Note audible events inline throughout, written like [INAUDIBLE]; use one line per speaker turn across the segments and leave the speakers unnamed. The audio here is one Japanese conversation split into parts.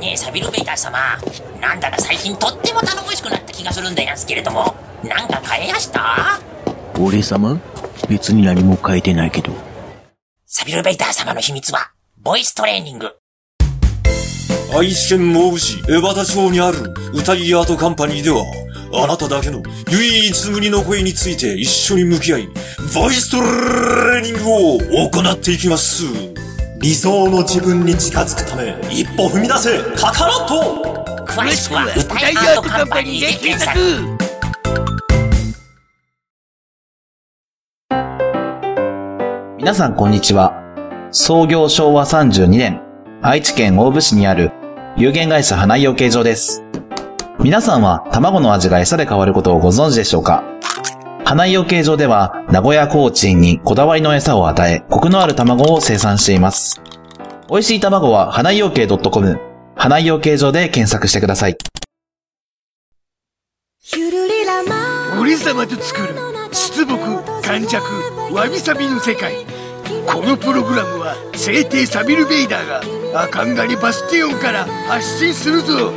ねえ、サビルベイター様。なんだか最近とっても頼もしくなった気がするんでやんすけれども、なんか変えやした
俺様別に何も変えてないけど。
サビルベイター様の秘密は、ボイストレーニング。
愛知県毛布市江端町にある歌いアートカンパニーでは、あなただけの唯一無二の声について一緒に向き合い、ボイストレーニングを行っていきます。理想の自分に近づくため、一歩踏み出せ、カカロット
詳しくは、歌いアートカンパニーで検索。
皆さんこんにちは。創業昭和32年、愛知県大府市にある有限会社花井養鶏場です。皆さんは卵の味が餌で変わることをご存知でしょうか花井養鶏場では名古屋コーチンにこだわりの餌を与え、コクのある卵を生産しています。美味しい卵は花井養鶏 .com、花井養鶏場で検索してください。
俺様と作る出木感弱わびさびの世界このプログラムは聖帝サビル・ベイダーがアカンガリバスティオンから発信するぞ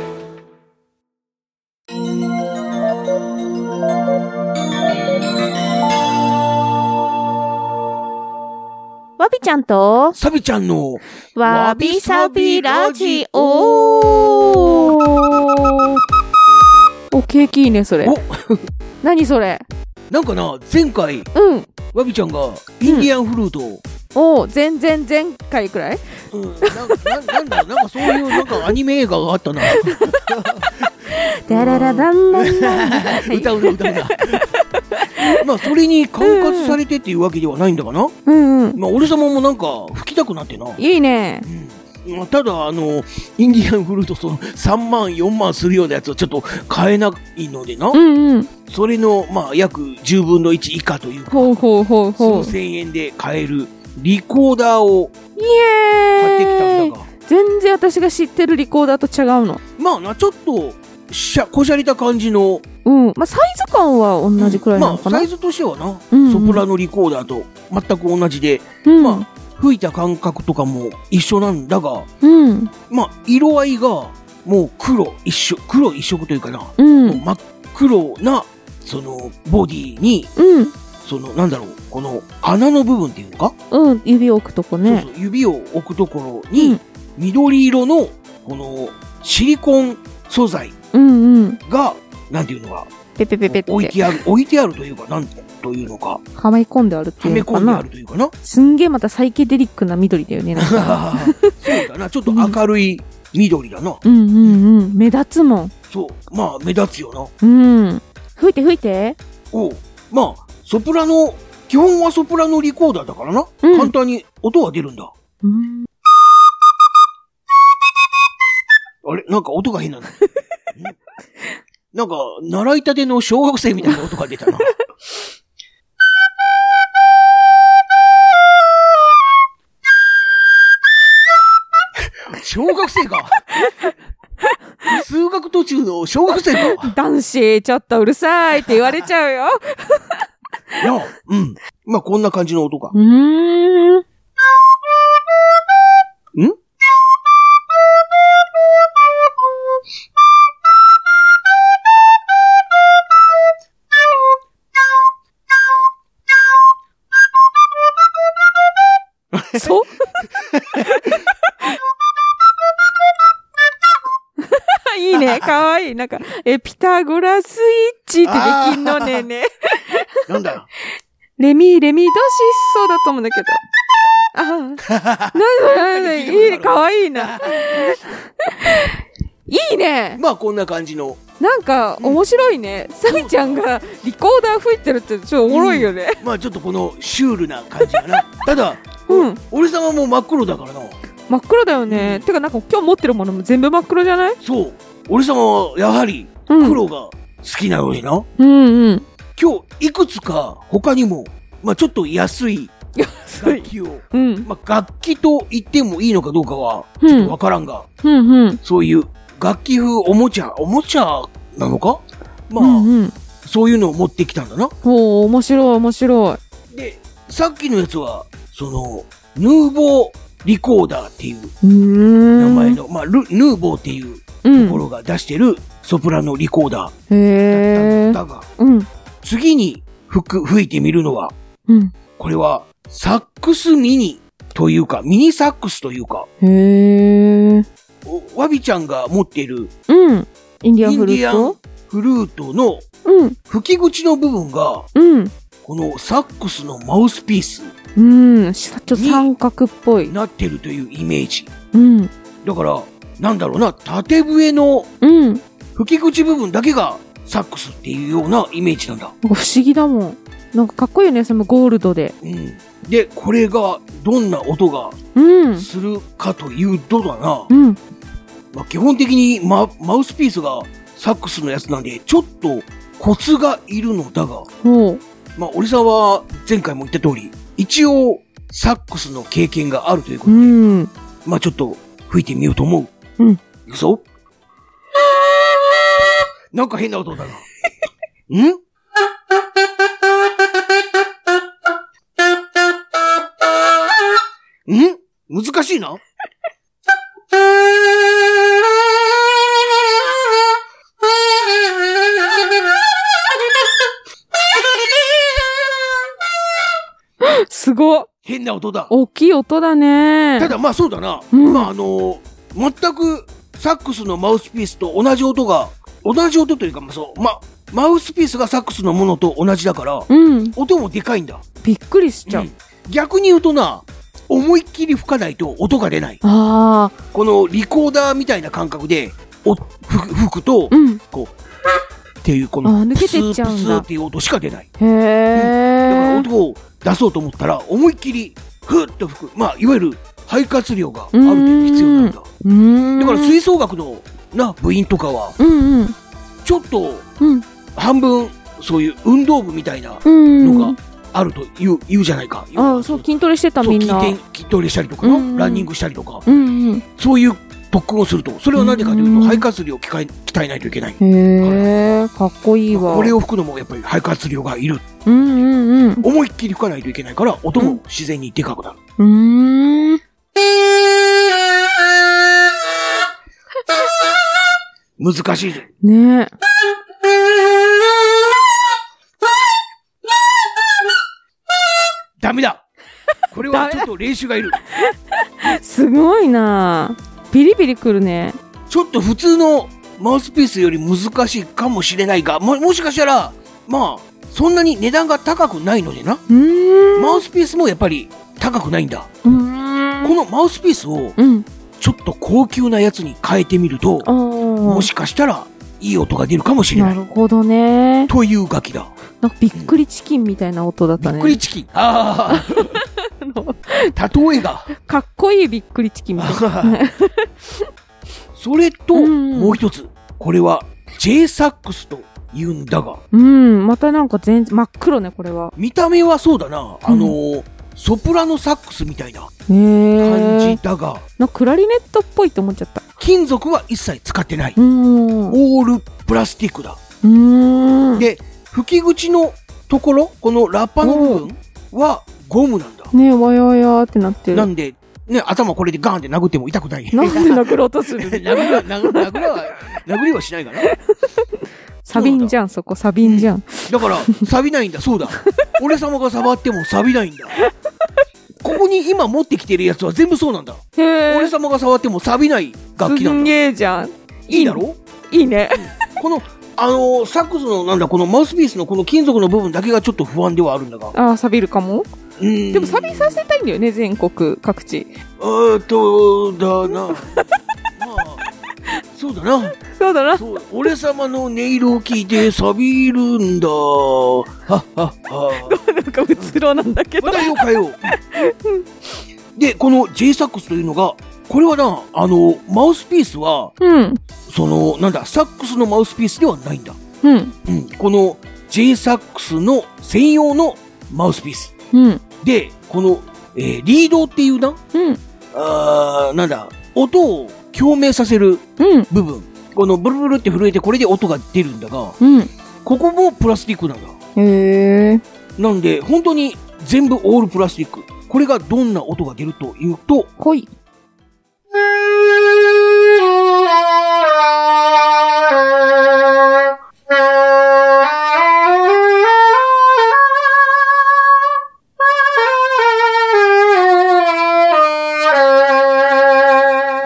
わびちゃんと、
サビちゃんの、
わびさびラジオお、ケーキいいね、それ。
お
[LAUGHS] 何それ
なんかな、前回、
うん。
ワビちゃんが、インディアンフルートを、
お全然前回くらい
[LAUGHS] うん、なんななんだろう、なんかそういう、なんかアニメ映画があった
[LAUGHS]
な。
ダララランランラン
歌うな、歌うな。 [LAUGHS] まあ、それに管轄されてっていうわけではないんだかな。
うんうん。
まあ、俺様もなんか、吹きたくなってな。
いいね。
まあただ、あの、インディアンフルート、その、3万、4万するようなやつはちょっと買えないのでな
う。んうん。
それの、まあ、約10分の1以下というか、
ほうほうほう
そ
ほ
の
う。
1000円で買える、リコーダーを
イ
買ってき
エ
た
ー
ん
イ
だが。
全然私が知ってるリコーダーと違うの。
まあな、ちょっと、しゃ、こしゃれた感じの、
うん。まあ、サイズ感は同じくらいなの
まあ、
かな
サイ。ズとしてはな、
うんうん
ソプラノリコーダーと全く同じで、
うん
まあ、吹いた感覚とかも一緒なんだが、
うん。
まあ、色合いが、もう黒一色、黒一色というかな、
うん。う。
もうん真っ黒な、その、ボディに、
うん。
その、なんだろう、この、穴の部分っていうのか、
うん。指置くとこね
そ。うそう、指を置くところに、
うん
緑色の、この、シリコン素材
うんうん。
が、なんていうのか、
ペペペペって。
置いてある、置いてあるというか、なんというのか、
はめ込んであるって
は
[LAUGHS] いう
め
の
込
か
んであ
な
る。というかな。
すんげえまたサイケデリックな緑だよね。なん [LAUGHS] か
そうだな、ちょっと明るい緑だな。
うんうんうん。目立つもん。
そう、まあ目立つよな。
うん。吹いて吹いて。
おうまあ、ソプラノ、基本はソプラノリコーダーだからな。
うん
簡単に音は出るんだ。
うん。
あれなんか音が変なの。んなんか、習いたての小学生みたいな音が出たな。小学生か。数学途中の小学生か。
男子、ちょっとうるさいって言われちゃうよ。
なあうん。まあ、こんな感じの音か。
うーん。
ん
[LAUGHS] そういいね。かわいい。なんか、え、ピタゴラスイッチってできんのねえね。
なんだ
レミー、レミー、どしそうだと思うんだけど。ああ。なんだなんだ、いいね、かわいいな。いいね。
まあ、こんな感じの。
なんか、面白いね。サミちゃんがリコーダー吹いてるって、ちょっとおもろいよね。
まあ、ちょっとこのシュールな感じかな。ただ、
うん。
俺様も真っ黒だからな。
真っ黒だよね。てか、なんか今日持ってるものも全部真っ黒じゃない
そう。俺様は、やはり、
うん。
黒が好きなのにな。
うんうん。
今日、いくつか、他にも、まあ、ちょっと安い楽器を、
[LAUGHS] うん。
まあ、楽器と言ってもいいのかどうかは、
う
ちょっと
ん
わ。からんが、
うん。うん。
そういう、楽器風おもちゃ、おもちゃなのかまあ、
うんうん。
そういうのを持ってきたんだな。
おー、面白い、面白い。
で、さっきのやつは、その、ヌーボーリコーダーっていう
うーん。
名前。の、まあ、ルヌーボーっていう
う
とこ
ん。
ろが出してるソプラノリコーダー
へえ。
だったんだが、
うん。
次に吹く、吹いてみるのは、
うん。
これはサックスミニというか、ミニサックスというか、
へえ。
おワビちゃんが持っている
うん。インディア
イ
ンフ
ンデ
ル
ィ
ー
アン
ト
フルートの
うん。
吹き口の部分が、
うん。
このサックスのマウスピース
うん。しちょっと三角っぽい
に。なってるというイメージ。
うん。
だから、なんだろうな、縦笛の
うん。なんか
吹き口部分だけがサックスっていうようなイメージなんだ。
不思議だもん。なんかかっこいいよね、そのゴールドで。
うん。で、これがどんな音が
うん。
するかというとだな、
うん。
まあ、基本的にママウスピースがサックスのやつなんで、ちょっとコツがいるのだが、
ほう。
まあ、俺さんは前回も言った通り、一応サックスの経験があるというこ
う
とで、
ん。
まあちょっと吹いてみようと思う。
うん
いくぞ。なんか変な音
[LAUGHS]
だな。んん難しいな。
すごっ。
変な音だ。
大きい音だね。
[LAUGHS] ただまあそうだな。
うん
まああの全くサックスのマウスピースと同じ音が、同じ音というか、まあそう、ま、マウスピースがサックスのものと同じだから、
うん。
音もでかいんだ。
びっくりしちゃう。
うん逆に言うとな思いっきり吹かないと音が出ない
ああ。
このリコーダーみたいな感覚でお吹く吹くと、
うん。
っていうこ
あ
の
ー抜けてっちゃうんだ
プスープスーっていう音しか出ない
へ
だから
え。
音を出そうと思ったら思いっきりふっと吹くまあいわゆる肺活量がある程度必要なんだ
うーん。
だから吹奏楽のな部員とかは
うんうん。
ちょっと
うん。
半分そういう運動部みたいな
うん。
のがあると言う言うじゃないか
ああ、そう、筋トレしてた
そう
みん
筋
な。
トレ筋トレしたりとかな
うん
ランニングしたりとか
うんうん。
そういう特訓をすると、それは何でかというと、
うん
肺活量を鍛え鍛えないといけない。
へえ、かっこいいわ。
これを吹くのもやっぱり肺活量がいる。
うんうんうん。
思いっきり吹かないといけないから、音も自然にでかくなる。
うーん。
難しいね。
ねえ。
ダメだこれ
ダ
は
メ
ちょ
だ
っと練習がいる。
すごいなビリビリくるね。
ちょっと普通のマウスピースより難しいかもしれないが、ももしかしたら、まあ、そんなに値段が高くないのでな。
うーん。
マウスピースもやっぱり高くないんだ。
う
こ
ーん。
のマウスピースを
うん。
ちょっと高級なやつに変えてみると、
あ
も
あ。
しかしたらいい音が出るかもしれな。
ないるほどね。
という楽器だ。
なんかびっくりチキンみたいな音だっ
び
た
っ
ね。
くりチキン。ああ。例えが。
かっこいいびっくりチキンみたいな。
それと、
うん
もう一つ。これは J サックスと言うんだが、
うん、またなんか全然真っ黒ね、これは。
見た目はそうだな。あのーソプラノサックスみたいな
へ
感
え
じ。だが、
なんかクラリネットっぽいって思っちゃった。
金属は一切使ってない。
うーん。う
オールプラスチックだ。
ーん。
で、吹き口のところ、このラッパの部分はゴムなんだ。
ねわやわやーってなってる。
な
な
ん
ん
で、ね、頭これでガーンって殴っても痛くない。
で殴ろうと
[LAUGHS]
す
殴
る
りは、殴殴りは、殴りはしないかな。
錆びんじゃん、そこ、錆びんじゃん。
だから、錆びないんだ、そうだ。俺様が触っても錆びないんだ。ここに今持ってきてるやつは全部そうなんだ。
へえ
俺。様が触っても錆びない楽器
す
なんだ。
んげえじゃん。
いいだろ
いいね。
この、あのーサックスのなんだ、このマウスピースのこの金属の部分だけがちょっと不安ではあるんだが。
ああ、錆びるかも。
うん。
でも錆びさせたいんだよね、全国各地。
うーっと、だ [LAUGHS] な。まあ、そうだな。
そうだな。
そう、俺様の音色を聞いて錆びるんだ。はっはっは。
なんかうつろなんだけど
話。題を変えよう。で、この J サックスというのが、これはな、あの、マウスピースは、
うん。
その、なんだ、サックスのマウスピースではないんだ。
うん。
うん。この J サックスの専用のマウスピース。
うん。
で、この、えーリードっていうな、
うん。
あーなんだ、音を共鳴させる
うん。
部分。このブルブルって震えてこれで音が出るんだが、
うん。
ここもプラスチックなんだ。
へえ。
なんで、本当に全部オールプラスチック。これがどんな音が出るというと、
来い。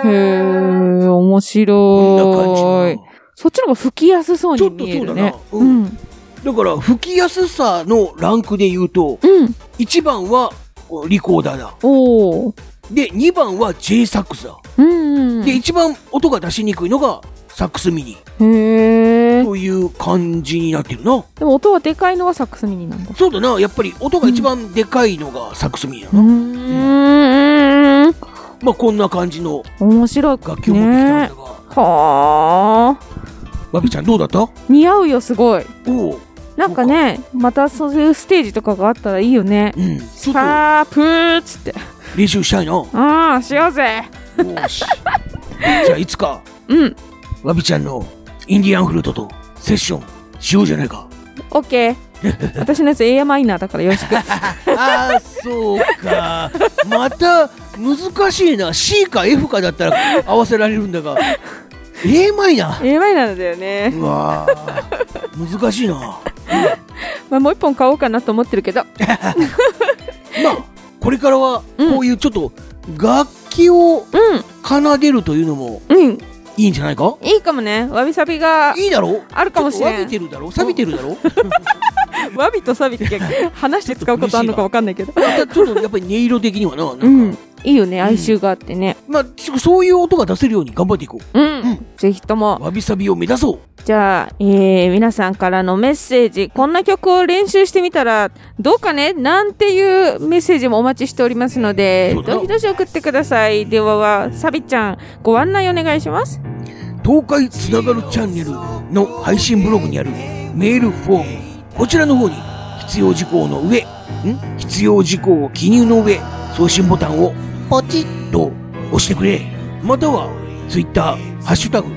へえ、面白い。そっちの方が吹きやすそう
ち
に
ょっと
見
そ
え
うだ
る
な
ね。
う
うんん。
だから吹きやすさのランクで言うと、
うん。
1番はおリコーダーだ。
おー。
で、2番は J サックスだ。
うんうん。
で、一番音が出しにくいのがサックスミニ
へえ。
という感じになってるな。
でも音はでかいのはサックスミニなんだ。
そうだな、やっぱり音が一番でかいのがサックスミニだ
う
な。
ーん。
まあこんな感じの
面白い。
楽器を持ってきたんだ
ね
が、
はあ。
わびちゃんどうだった
似合うよ、すごい。
おう、
なんかね、またそういうステージとかがあったらいいよね。
うん、ちょっと
パープーっつって。
練習したいな。よ
ああ、しようぜ。
し。じゃあいつか、
うん。
わびちゃんのインディアンフルートとセッションしようじゃないか。
オッケ [LAUGHS] ー。私のやつ A マイナーだからよろしく。
ああ、そうか。また難しいな。C か F かだったら合わせられるんだが、A マイナー。
[LAUGHS] A マイナーだよね。
うわー難しいなま
まあもう一本買おうかなと思ってるけど。
あこれからは
うん
こういうちょっと楽器を
うん。
奏でるというのも
うん。
いいんじゃないか
いいかもね。わびさびが、
いいだろ
あるかもしれん
ちょっと錆びてるだろ錆びてるだろ
わびとさびって [LAUGHS] 話して使うことあるのかわかんないけど。
またちょっとやっぱり音色的にはななんか、
うん。いいよね。哀愁があってね。
まあちょそういう音が出せるように頑張っていこ
うん。ぜひとも
う。わびさびを目指そう
じゃあ、えー、皆さんからのメッセージ、こんな曲を練習してみたらどうかねなんていうメッセージもお待ちしておりますので
そ、うだ
どしどし送ってください。ではは、サビちゃん、ご案内お願いします。
東海つながるチャンネルの配信ブログにあるメールフォームこちらの方に必要事項の上ん必要事項を記入の上送信ボタンをポチッと押してくれまたはツイッターハッシュタグ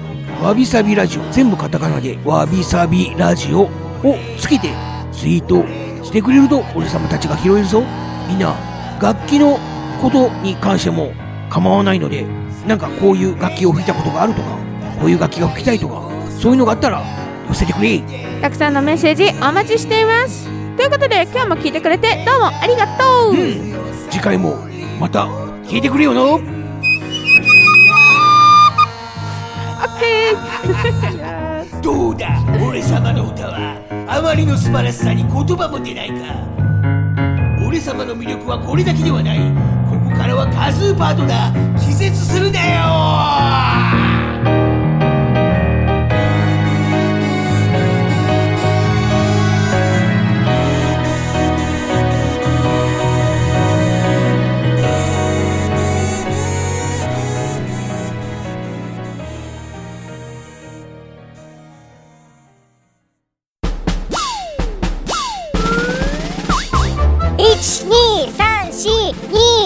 わびさびラジオ全部カタカナでわびさびラジオをつけてツイートしてくれると俺様たちが拾えるぞみんな楽器のことに関しても構わないのでなんかこういう楽器を吹いたことがあるとかこういう楽器が吹きたいとかそういうのがあったら寄せてくれ
たくさんのメッセージお待ちしています。ということで、今日も聞いてくれてどうもありがとう、
次回もまた聞いてくれよな
オッケーじゃあ
[LAUGHS] どうだ俺様の歌はあまりの素晴らしさに言葉も出ないか俺様の魅力はこれだけではないここからは多数パートだ気絶するなよ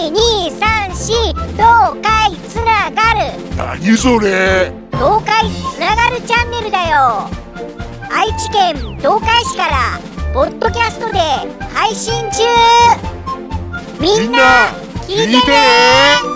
12342234東海つながる
何それ
東海つながるチャンネルだよ愛知県東海市からポッドキャストで配信中みんな聞いてね